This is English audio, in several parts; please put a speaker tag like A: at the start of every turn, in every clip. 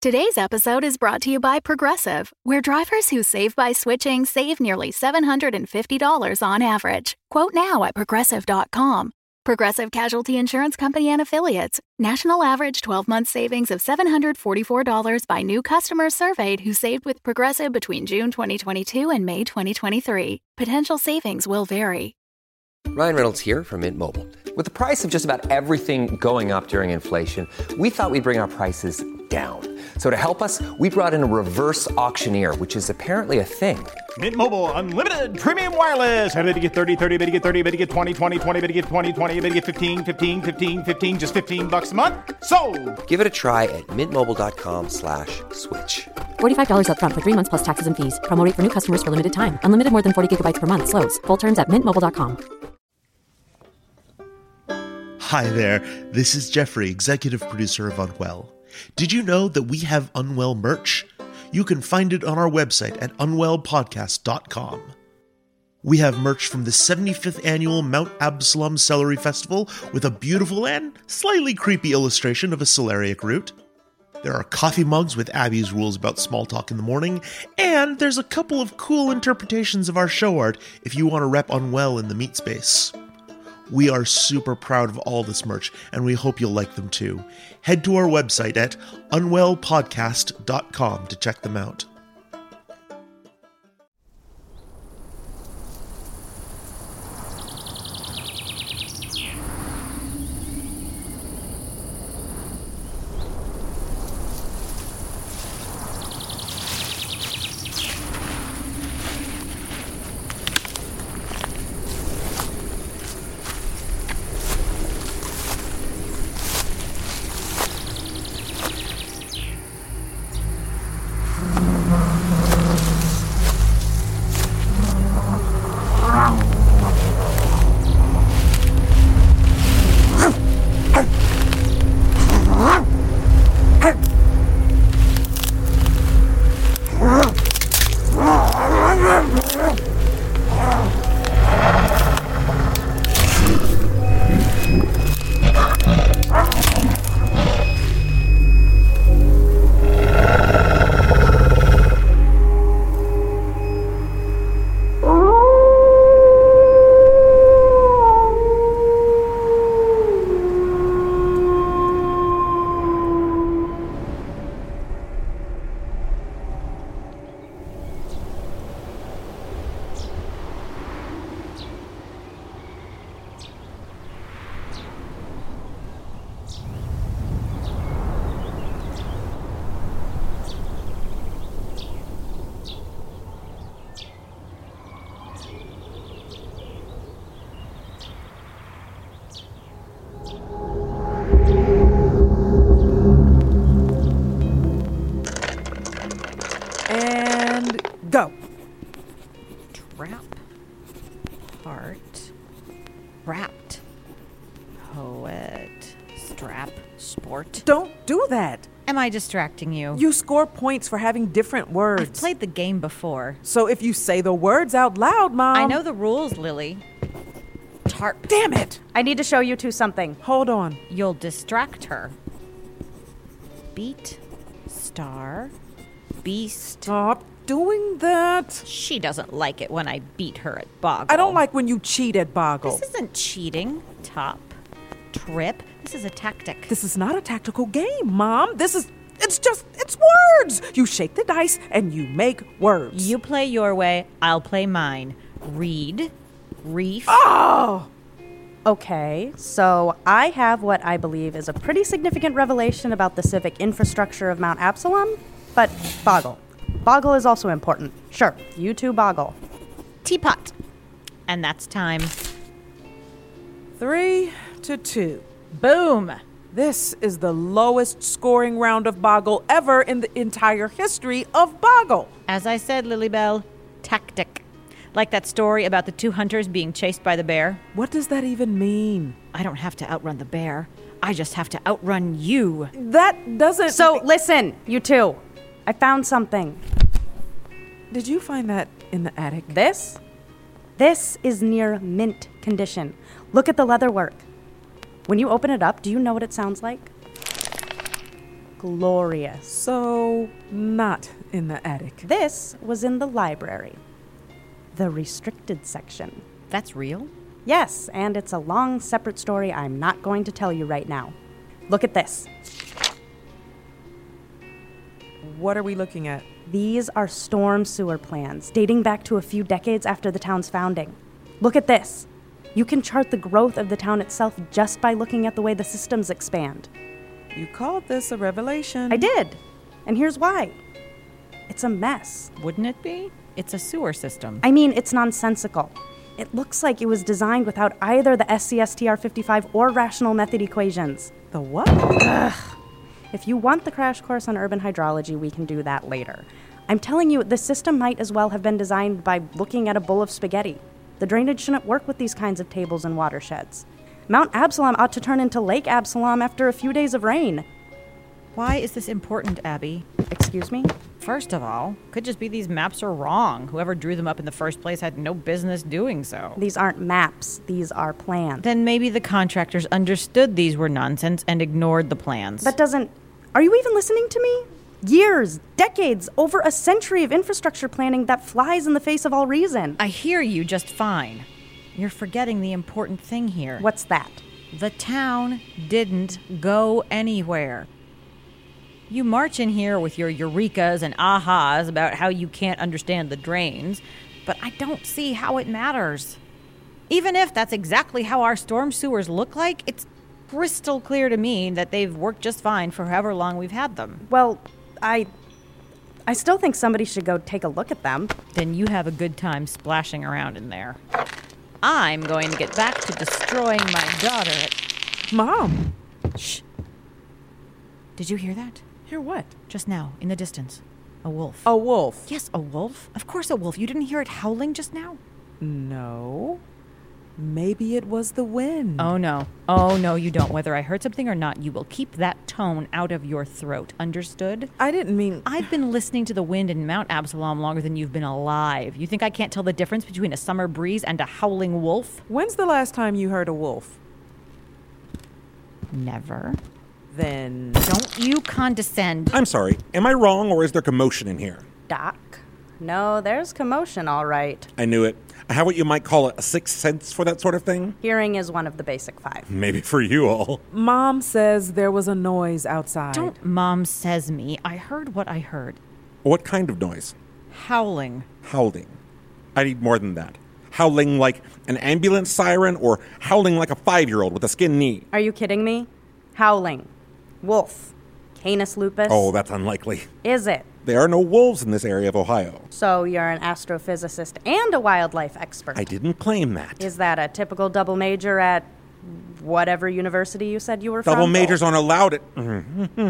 A: Today's episode is brought to you by Progressive, where drivers who save by switching save nearly $750 on average. Quote now at progressive.com. Progressive Casualty Insurance Company and Affiliates. National average 12 month savings of $744 by new customers surveyed who saved with Progressive between June 2022 and May 2023. Potential savings will vary.
B: Ryan Reynolds here from Mint Mobile. With the price of just about everything going up during inflation, we thought we'd bring our prices down. So to help us, we brought in a reverse auctioneer, which is apparently a thing.
C: Mint Mobile unlimited premium wireless. Ready to get 30, 30, bit to get 30, bit to get 20, 20, 20, bit to get 20, 20, bit to get 15, 15, 15, 15 just 15 bucks a month. So,
B: Give it a try at mintmobile.com/switch. slash
D: $45 upfront for three months plus taxes and fees. Promo rate for new customers for limited time. Unlimited more than 40 gigabytes per month. Slows. Full terms at mintmobile.com.
E: Hi there, this is Jeffrey, executive producer of Unwell. Did you know that we have Unwell merch? You can find it on our website at unwellpodcast.com. We have merch from the 75th annual Mount Absalom Celery Festival with a beautiful and slightly creepy illustration of a celeriac root. There are coffee mugs with Abby's rules about small talk in the morning, and there's a couple of cool interpretations of our show art if you want to rep Unwell in the meat space. We are super proud of all this merch, and we hope you'll like them too. Head to our website at unwellpodcast.com to check them out.
F: And go. Trap. Heart. Wrapped. Poet. Strap. Sport.
G: Don't do that.
F: Am I distracting you?
G: You score points for having different words.
F: I've played the game before.
G: so if you say the words out loud, Mom.
H: Um,
F: I know the rules, Lily. Tarp.
G: Damn it.
H: I need to show you two something.
G: Hold on.
F: You'll distract her. Beat. Star. Beast.
G: Stop doing that.
F: She doesn't like it when I beat her at Boggle.
G: I don't like when you cheat at Boggle.
F: This isn't cheating. Top. Trip. This is a tactic.
G: This is not a tactical game, Mom. This is. It's just. It's words. You shake the dice and you make words.
F: You play your way, I'll play mine. Read, reef,
H: Okay, so I have what I believe is a pretty significant revelation about the civic infrastructure of Mount Absalom, but boggle. Boggle is also important. Sure, you two boggle.
F: teapot. And that's time.
G: Three to two.
F: Boom.
G: This is the lowest scoring round of Boggle ever in the entire history of Boggle.
F: As I said, Lilybell, tactic. Like that story about the two hunters being chased by the bear.
G: What does that even mean?
F: I don't have to outrun the bear. I just have to outrun you.
G: That doesn't.
H: So listen, you two. I found something.
G: Did you find that in the attic?
H: This? This is near mint condition. Look at the leather work. When you open it up, do you know what it sounds like? glorious.
G: So, not in the attic.
H: This was in the library, the restricted section.
F: That's real?
H: Yes, and it's a long, separate story I'm not going to tell you right now. Look at this.
G: What are we looking at?
H: These are storm sewer plans dating back to a few decades after the town's founding. Look at this. You can chart the growth of the town itself just by looking at the way the systems expand.
G: You called this a revelation.
H: I did, and here's why it's a mess.
F: Wouldn't it be? It's a sewer system.
H: I mean, it's nonsensical. It looks like it was designed without either the SCSTR 55 or rational method equations.
G: The what?
H: If you want the crash course on urban hydrology, we can do that later. I'm telling you, the system might as well have been designed by looking at a bowl of spaghetti. The drainage shouldn't work with these kinds of tables and watersheds. Mount Absalom ought to turn into Lake Absalom after a few days of rain.
F: Why is this important, Abby?
H: Excuse me?
F: First of all, could just be these maps are wrong. Whoever drew them up in the first place had no business doing so.
H: These aren't maps, these are plans.
F: Then maybe the contractors understood these were nonsense and ignored the plans.
H: That doesn't. Are you even listening to me? Years, decades, over a century of infrastructure planning that flies in the face of all reason.
F: I hear you just fine. You're forgetting the important thing here.
H: What's that?
F: The town didn't go anywhere. You march in here with your eurekas and ahas about how you can't understand the drains, but I don't see how it matters. Even if that's exactly how our storm sewers look like, it's crystal clear to me that they've worked just fine for however long we've had them.
H: Well, I. I still think somebody should go take a look at them.
F: Then you have a good time splashing around in there. I'm going to get back to destroying my daughter. At-
G: Mom.
F: Did you hear that?
G: Hear what?
F: Just now, in the distance. A wolf.
G: A wolf.
F: Yes, a wolf. Of course, a wolf. You didn't hear it howling just now?
G: No. Maybe it was the wind.
F: Oh, no. Oh, no, you don't. Whether I heard something or not, you will keep that tone out of your throat. Understood?
G: I didn't mean.
F: I've been listening to the wind in Mount Absalom longer than you've been alive. You think I can't tell the difference between a summer breeze and a howling wolf?
G: When's the last time you heard a wolf?
F: Never.
G: Then.
F: Don't you condescend.
I: I'm sorry, am I wrong or is there commotion in here?
H: Doc? No, there's commotion, all right.
I: I knew it. I have what you might call a sixth sense for that sort of thing.
H: Hearing is one of the basic five.
I: Maybe for you all.
G: Mom says there was a noise outside.
F: Don't mom says me. I heard what I heard.
I: What kind of noise?
F: Howling.
I: Howling. I need more than that. Howling like an ambulance siren or howling like a five year old with a skin knee.
H: Are you kidding me? Howling. Wolf. Canis lupus.
I: Oh, that's unlikely.
H: Is it?
I: There are no wolves in this area of Ohio.
H: So you're an astrophysicist and a wildlife expert.
I: I didn't claim that.
H: Is that a typical double major at whatever university you said you were
I: Double
H: from?
I: majors aren't allowed it.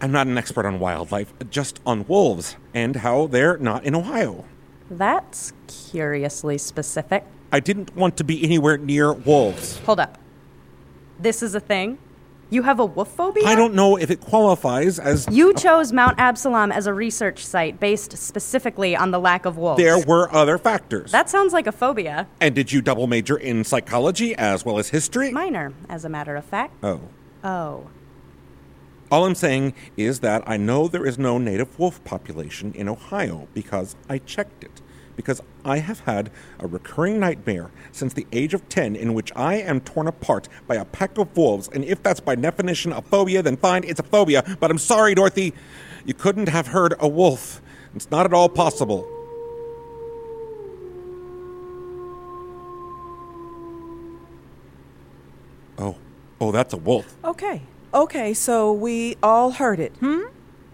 I: I'm not an expert on wildlife, just on wolves and how they're not in Ohio.
H: That's curiously specific.
I: I didn't want to be anywhere near wolves.
H: Hold up. This is a thing? You have a wolf phobia?
I: I don't know if it qualifies as
H: You chose Mount Absalom as a research site based specifically on the lack of wolves.
I: there were other factors.
H: That sounds like a phobia.
I: and did you double major in psychology as well as history?
H: Minor, as a matter of fact.
I: oh.
H: Oh.
I: All I'm saying is that I know there is no native wolf population in Ohio because I checked it. Because I have had a recurring nightmare since the age of 10 in which I am torn apart by a pack of wolves. And if that's by definition a phobia, then fine, it's a phobia. But I'm sorry, Dorothy, you couldn't have heard a wolf. It's not at all possible. Oh, oh, that's a wolf.
G: Okay. Okay, so we all heard it.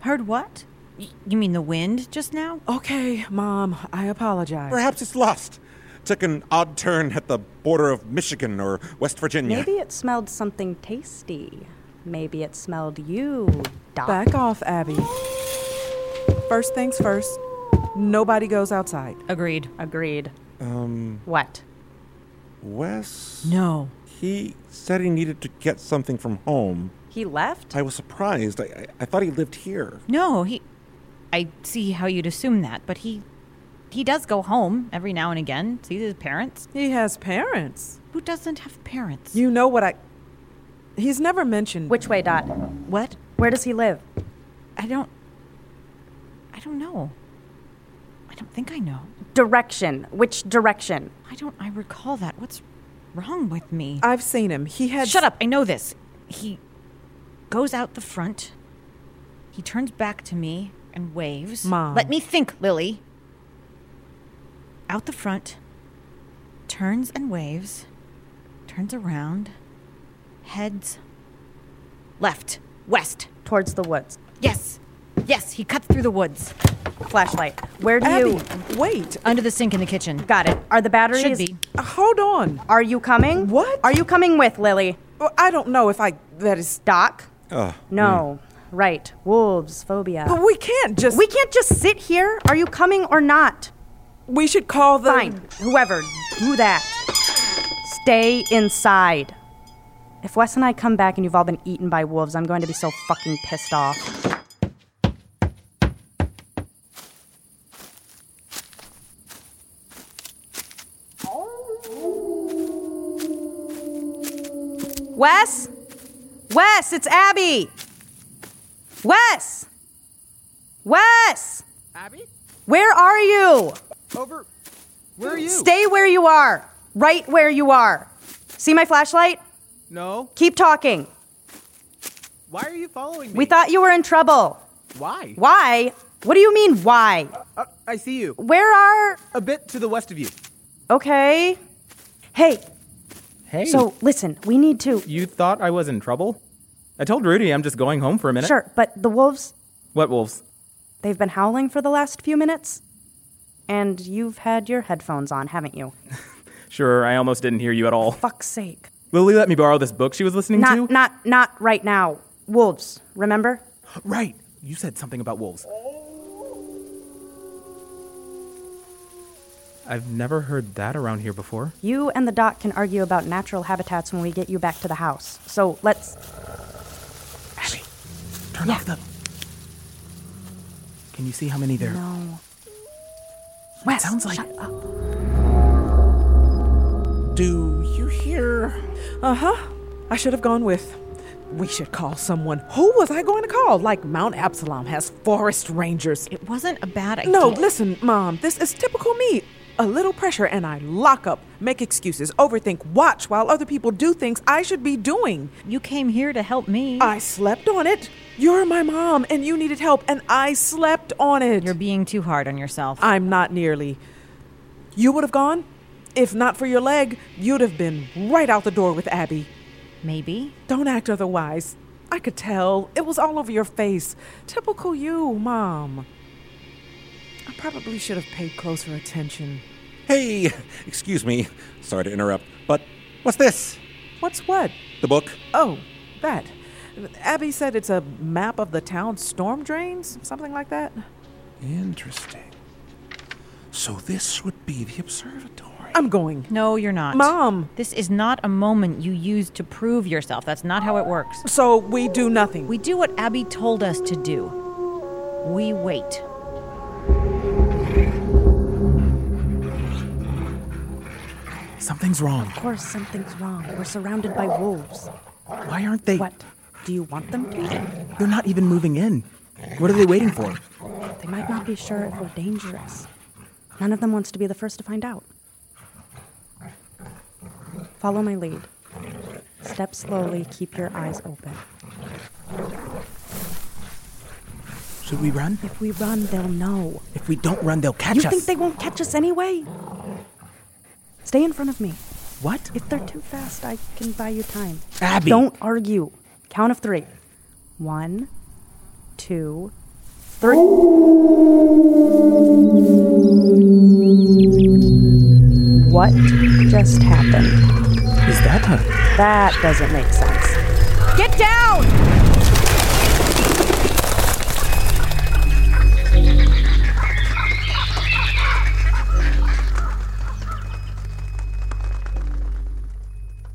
F: Heard what? Y- you mean the wind just now?
G: Okay, Mom, I apologize.
I: Perhaps it's lost. Took an odd turn at the border of Michigan or West Virginia.
H: Maybe it smelled something tasty. Maybe it smelled you, Doc.
G: Back off, Abby. First things first, nobody goes outside.
F: Agreed.
H: Agreed. Um. What?
I: Wes?
F: No.
I: He said he needed to get something from home.
H: He left?
I: I was surprised. I, I, I thought he lived here.
F: No, he. I see how you'd assume that, but he. He does go home every now and again, sees his parents.
G: He has parents.
F: Who doesn't have parents?
G: You know what I. He's never mentioned.
H: Which way, Dot?
F: What?
H: Where does he live?
F: I don't. I don't know. I don't think I know.
H: Direction. Which direction?
F: Why don't I recall that? What's wrong with me?
G: I've seen him. He had.
F: Shut up. I know this. He goes out the front. He turns back to me and waves.
G: Mom.
F: Let me think, Lily. Out the front, turns and waves, turns around, heads left, west.
H: Towards the woods.
F: Yes. Yes, he cuts through the woods.
H: Flashlight. Where do
G: Abby,
H: you?
G: wait.
F: Under the sink in the kitchen.
H: Got it. Are the batteries?
F: Should be.
G: Hold on.
H: Are you coming?
G: What?
H: Are you coming with Lily?
G: Well, I don't know if I. That is.
H: Doc? no. Right. Wolves, phobia.
G: Hmm. But we can't just.
H: we can't just sit here. Are you coming or not?
G: We should call the.
H: Fine. Whoever, do that. Stay inside. If Wes and I come back and you've all been eaten by wolves, I'm going to be so fucking pissed off. Wes? Wes, it's Abby! Wes! Wes!
J: Abby?
H: Where are you?
J: Over. Where are you?
H: Stay where you are. Right where you are. See my flashlight?
J: No.
H: Keep talking.
J: Why are you following me?
H: We thought you were in trouble.
J: Why?
H: Why? What do you mean, why?
J: Uh, I see you.
H: Where are.
J: A bit to the west of you.
H: Okay. Hey,
J: Hey.
H: so listen, we need to.
J: You thought I was in trouble? I told Rudy I'm just going home for a minute.
H: Sure, but the wolves,
J: What wolves?
H: they've been howling for the last few minutes. And you've had your headphones on, haven't you?
J: Sure, I almost didn't hear you at all.
H: Fuck's sake.
J: Lily let me borrow this book she was listening
H: Not,
J: to.
H: not, not right now. Wolves, remember?
J: Right. You said something about wolves. I've never heard that around here before.
H: You and the doc can argue about natural habitats when we get you back to the house. So let's.
J: Turn off the. Can you see how many there? No.
H: Wes,
J: sounds like-
H: shut up.
I: Do you hear?
G: Uh huh. I should have gone with. We should call someone. Who was I going to call? Like Mount Absalom has forest rangers.
F: It wasn't a bad idea.
G: No, listen, Mom, this is typical me. A little pressure and I lock up, make excuses, overthink, watch while other people do things I should be doing.
F: You came here to help me.
G: I slept on it. You're my mom and you needed help and I slept on it.
F: You're being too hard on yourself.
G: I'm not nearly. You would have gone? If not for your leg, you'd have been right out the door with Abby.
F: Maybe.
G: Don't act otherwise. I could tell. It was all over your face. Typical you, Mom. I probably should have paid closer attention.
I: Hey, excuse me. Sorry to interrupt, but what's this?
G: What's what?
I: The book?
G: Oh, that. Abby said it's a map of the town's storm drains, something like that.
I: Interesting. So this would be the observatory.
G: I'm going.
F: No, you're not.
G: Mom.
F: This is not a moment you use to prove yourself. That's not how it works.
G: So we do nothing.
F: We do what Abby told us to do. We wait.
J: Something's wrong.
H: Of course, something's wrong. We're surrounded by wolves.
J: Why aren't they?
H: What? Do you want them to?
J: They're not even moving in. What are they waiting for?
H: They might not be sure if we're dangerous. None of them wants to be the first to find out. Follow my lead. Step slowly, keep your eyes open.
J: Should we run?
H: If we run, they'll know.
J: If we don't run, they'll catch
H: You
J: us.
H: think they won't catch us anyway? Stay in front of me.
J: What?
H: If they're too fast, I can buy you time.
J: Abby.
H: Don't argue. Count of three. One, two, three. What just happened?
J: Is that a.
H: That doesn't make sense. Get down!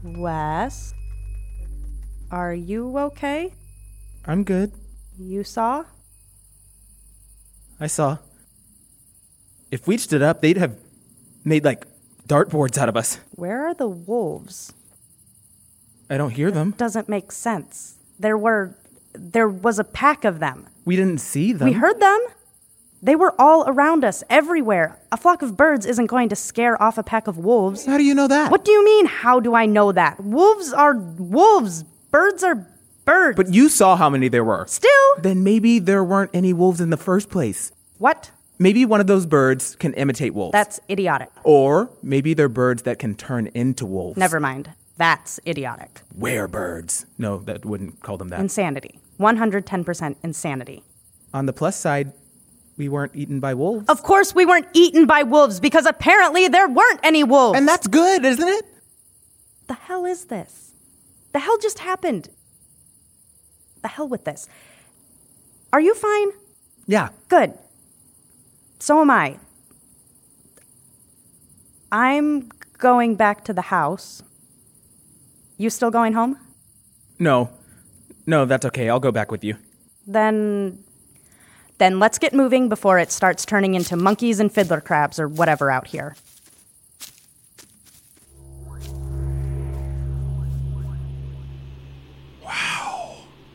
H: Wes, are you okay?
J: I'm good.
H: You saw?
J: I saw. If we stood up, they'd have made like dartboards out of us.
H: Where are the wolves?
J: I don't hear them.
H: Doesn't make sense. There were there was a pack of them.
J: We didn't see them.
H: We heard them. They were all around us, everywhere. A flock of birds isn't going to scare off a pack of wolves.
E: How do you know that?
H: What do you mean, how do I know that? Wolves are wolves. Birds are birds.
J: But you saw how many there were.
H: Still?
J: Then maybe there weren't any wolves in the first place.
H: What?
J: Maybe one of those birds can imitate wolves.
H: That's idiotic.
J: Or maybe they're birds that can turn into wolves.
H: Never mind. That's idiotic.
J: Werebirds. No, that wouldn't call them that.
H: Insanity. 110% insanity.
J: On the plus side, we weren't eaten by wolves.
H: Of course, we weren't eaten by wolves because apparently there weren't any wolves.
J: and that's good, isn't it?
H: the hell is this? The hell just happened? The hell with this. Are you fine?
J: Yeah.
H: Good. So am I. I'm going back to the house. You still going home?
J: No. No, that's okay. I'll go back with you.
H: Then then let's get moving before it starts turning into monkeys and fiddler crabs or whatever out here.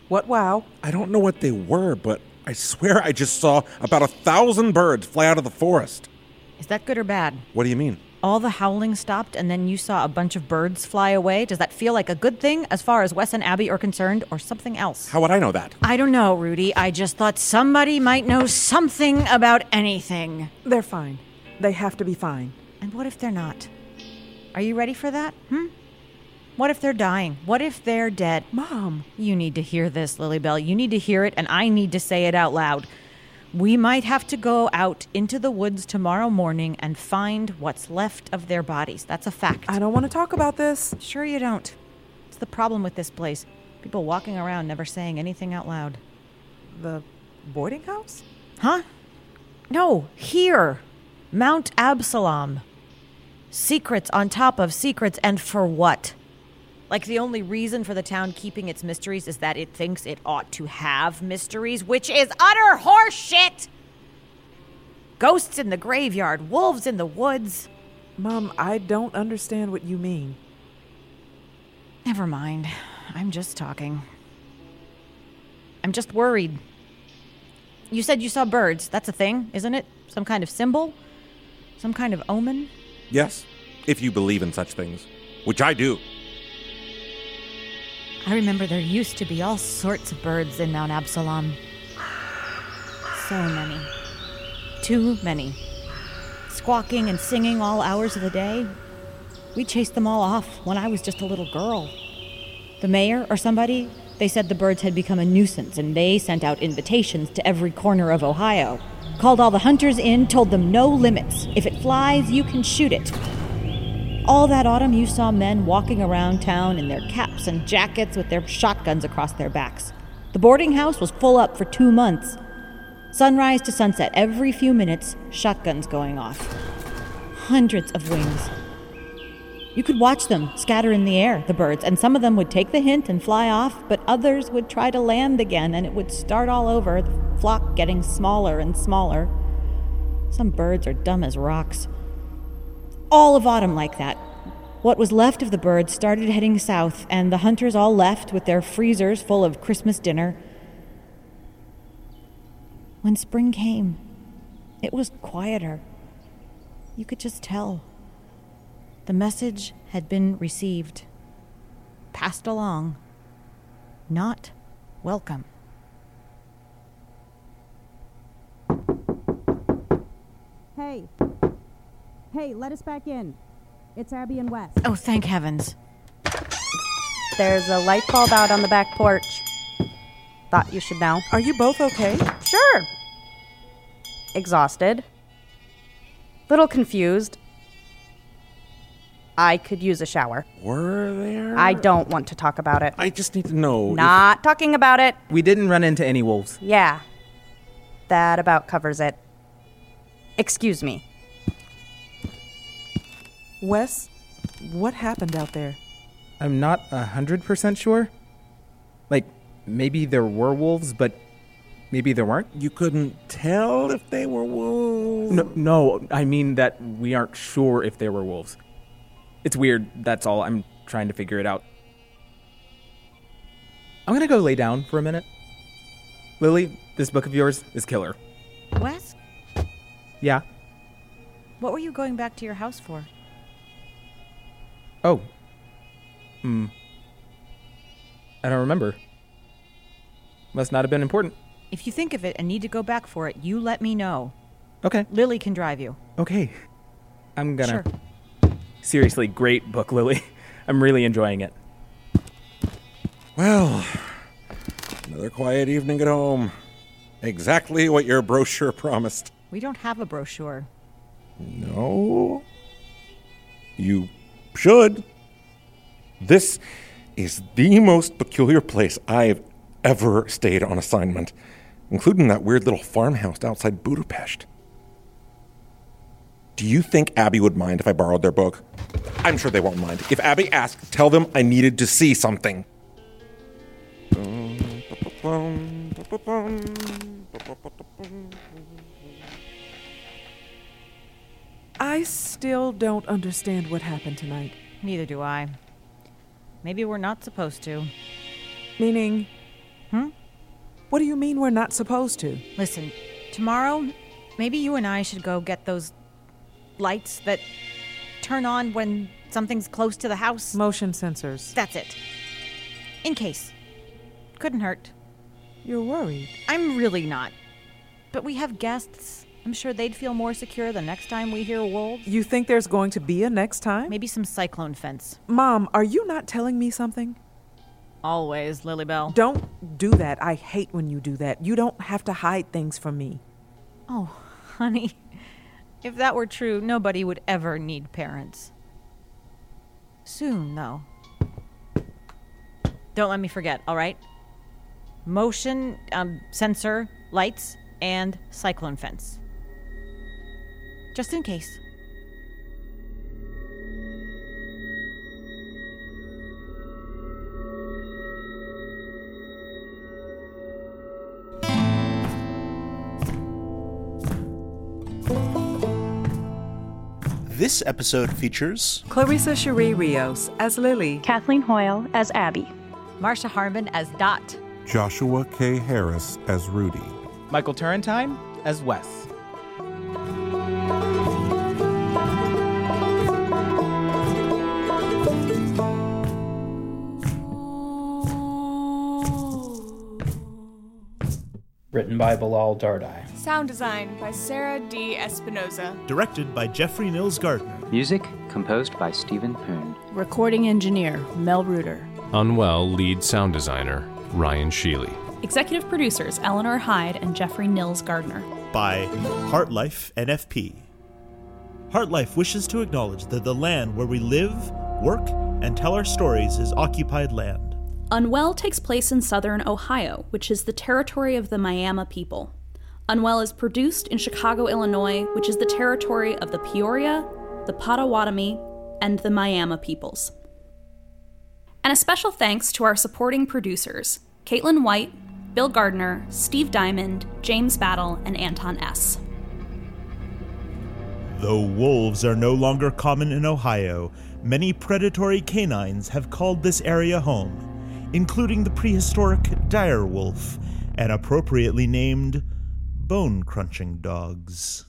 G: What wow?
I: I don't know what they were, but I swear I just saw about a thousand birds fly out of the forest.
F: Is that good or bad?
I: What do you mean?
F: All the howling stopped, and then you saw a bunch of birds fly away. Does that feel like a good thing as far as Wes and Abby are concerned, or something else?
I: How would I know that?
F: I don't know, Rudy. I just thought somebody might know something about anything.
G: They're fine. They have to be fine.
F: And what if they're not? Are you ready for that? Hmm? What if they're dying? What if they're dead?
G: Mom,
F: You need to hear this, Lilybell. You need to hear it, and I need to say it out loud. We might have to go out into the woods tomorrow morning and find what's left of their bodies. That's a fact.
G: I don't want to talk about this.
F: Sure, you don't. It's the problem with this place. People walking around never saying anything out loud.
G: The boarding house?
F: Huh? No, here. Mount Absalom. Secrets on top of secrets, and for what? Like, the only reason for the town keeping its mysteries is that it thinks it ought to have mysteries, which is utter horseshit! Ghosts in the graveyard, wolves in the woods.
G: Mom, I don't understand what you mean.
F: Never mind. I'm just talking. I'm just worried. You said you saw birds. That's a thing, isn't it? Some kind of symbol? Some kind of omen?
I: Yes, if you believe in such things, which I do.
F: I remember there used to be all sorts of birds in Mount Absalom. So many. Too many. Squawking and singing all hours of the day. We chased them all off when I was just a little girl. The mayor or somebody, they said the birds had become a nuisance and they sent out invitations to every corner of Ohio. Called all the hunters in, told them no limits. If it flies, you can shoot it. All that autumn, you saw men walking around town in their caps and jackets with their shotguns across their backs. The boarding house was full up for two months. Sunrise to sunset, every few minutes, shotguns going off. Hundreds of wings. You could watch them scatter in the air, the birds, and some of them would take the hint and fly off, but others would try to land again and it would start all over, the flock getting smaller and smaller. Some birds are dumb as rocks all of autumn like that. What was left of the birds started heading south, and the hunters all left with their freezers full of Christmas dinner. When spring came, it was quieter. You could just tell. The message had been received, passed along, not welcome.
K: Hey. Hey, let us back in. It's Abby and Wes.
F: Oh, thank heavens.
H: There's a light bulb out on the back porch. Thought you should know.
G: Are you both okay?
H: Sure. Exhausted. Little confused. I could use a shower.
I: Were there?
H: I don't want to talk about it.
I: I just need to know. if-
H: Not talking about it.
J: We didn't run into any wolves.
H: Yeah. That about covers it. Excuse me.
G: Wes, what happened out there?
J: I'm not a 100% sure. Like, maybe there were wolves, but maybe there weren't.
I: you couldn't tell if they were wolves.
J: No, no, I mean that we aren't sure if there were wolves. It's weird, that's all. I'm trying to figure it out. I'm gonna go lay down for a minute.
H: Lily, this book of yours is killer.
F: Wes,
H: Yeah.
F: what were you going back to your house for?
H: Oh. Hmm. I don't remember. Must not have been important.
F: If you think of it and need to go back for it, you let me know.
H: Okay.
F: Lily can drive you.
H: Okay. I'm gonna.
F: Sure.
H: Seriously, great book, Lily. I'm really enjoying it.
I: Well, another quiet evening at home. Exactly what your brochure promised.
F: We don't have a brochure.
I: No. Oh, You should. This is the most peculiar place I've ever stayed on assignment, including that weird little farmhouse outside Budapest. Do you think Abby would mind if I borrowed their book? I'm sure they won't mind. If Abby asks, tell them I needed to see something.
G: I still don't understand what happened tonight.
F: Neither do I. Maybe we're not supposed to.
G: Meaning,
F: Hmm?
G: what do you mean we're not supposed to?
F: Listen, tomorrow, maybe you and I should go get those lights that turn on when something's close to the house.
G: Motion sensors.
F: That's it. In case. Couldn't hurt.
G: You're worried.
F: I'm really not. But we have guests. I'm sure they'd feel more secure the next time we hear wolves.
G: You think there's going to be a next time?
F: Maybe some cyclone fence.
G: Mom, are you not telling me something?
F: Always, Lilybell.
G: Don't do that. I hate when you do that. You don't have to hide things from me.
F: Oh, honey. If that were true, nobody would ever need parents. Soon, though. Don't let me forget, all right? Motion, um, sensor, lights, and cyclone fence. Just in case.
L: This episode features
G: Clarissa Cherie Rios as Lily.
M: Kathleen Hoyle as Abby.
F: Marsha Harmon as Dot.
N: Joshua K. Harris as Rudy.
H: Michael Turrentine as Wes.
C: Written by Bilal Dardai.
O: Sound design by Sarah D. Espinoza.
E: Directed by Jeffrey Nils Gardner.
P: Music composed by Stephen Poon.
Q: Recording engineer Mel Reuter.
R: Unwell lead sound designer Ryan Sheely.
Q: Executive producers Eleanor Hyde and Jeffrey Nils Gardner.
E: by Heartlife NFP. Heartlife wishes to acknowledge that the land where we live, work, and tell our stories is occupied land.
Q: Unwell takes place in southern Ohio, which is the territory of the Miami people. Unwell is produced in Chicago, Illinois, which is the territory of the Peoria, the Potawatomi, and the Miami peoples. And a special thanks to our supporting producers Caitlin White, Bill Gardner, Steve Diamond, James Battle, and Anton S.
E: Though wolves are no longer common in Ohio, many predatory canines have called this area home, including the prehistoric dire wolf and appropriately named bone crunching dogs.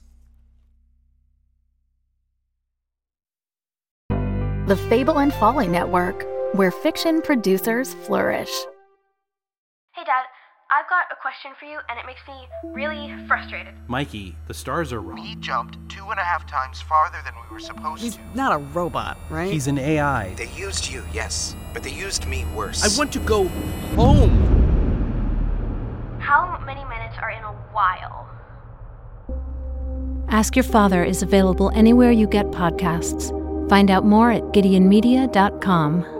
A: The Fable and Folly Network, where fiction producers flourish.
S: Hey, Dad, I've got a question for you, and it makes me really frustrated.
T: Mikey, the stars are wrong.
U: He jumped two and a half times farther than we were supposed to.
T: Not a robot, right? He's an AI.
U: They used you, yes, but they used me worse.
T: I want to go home.
S: How many minutes are in a while?
V: Ask Your Father is available anywhere you get podcasts. Find out more at GideonMedia.com.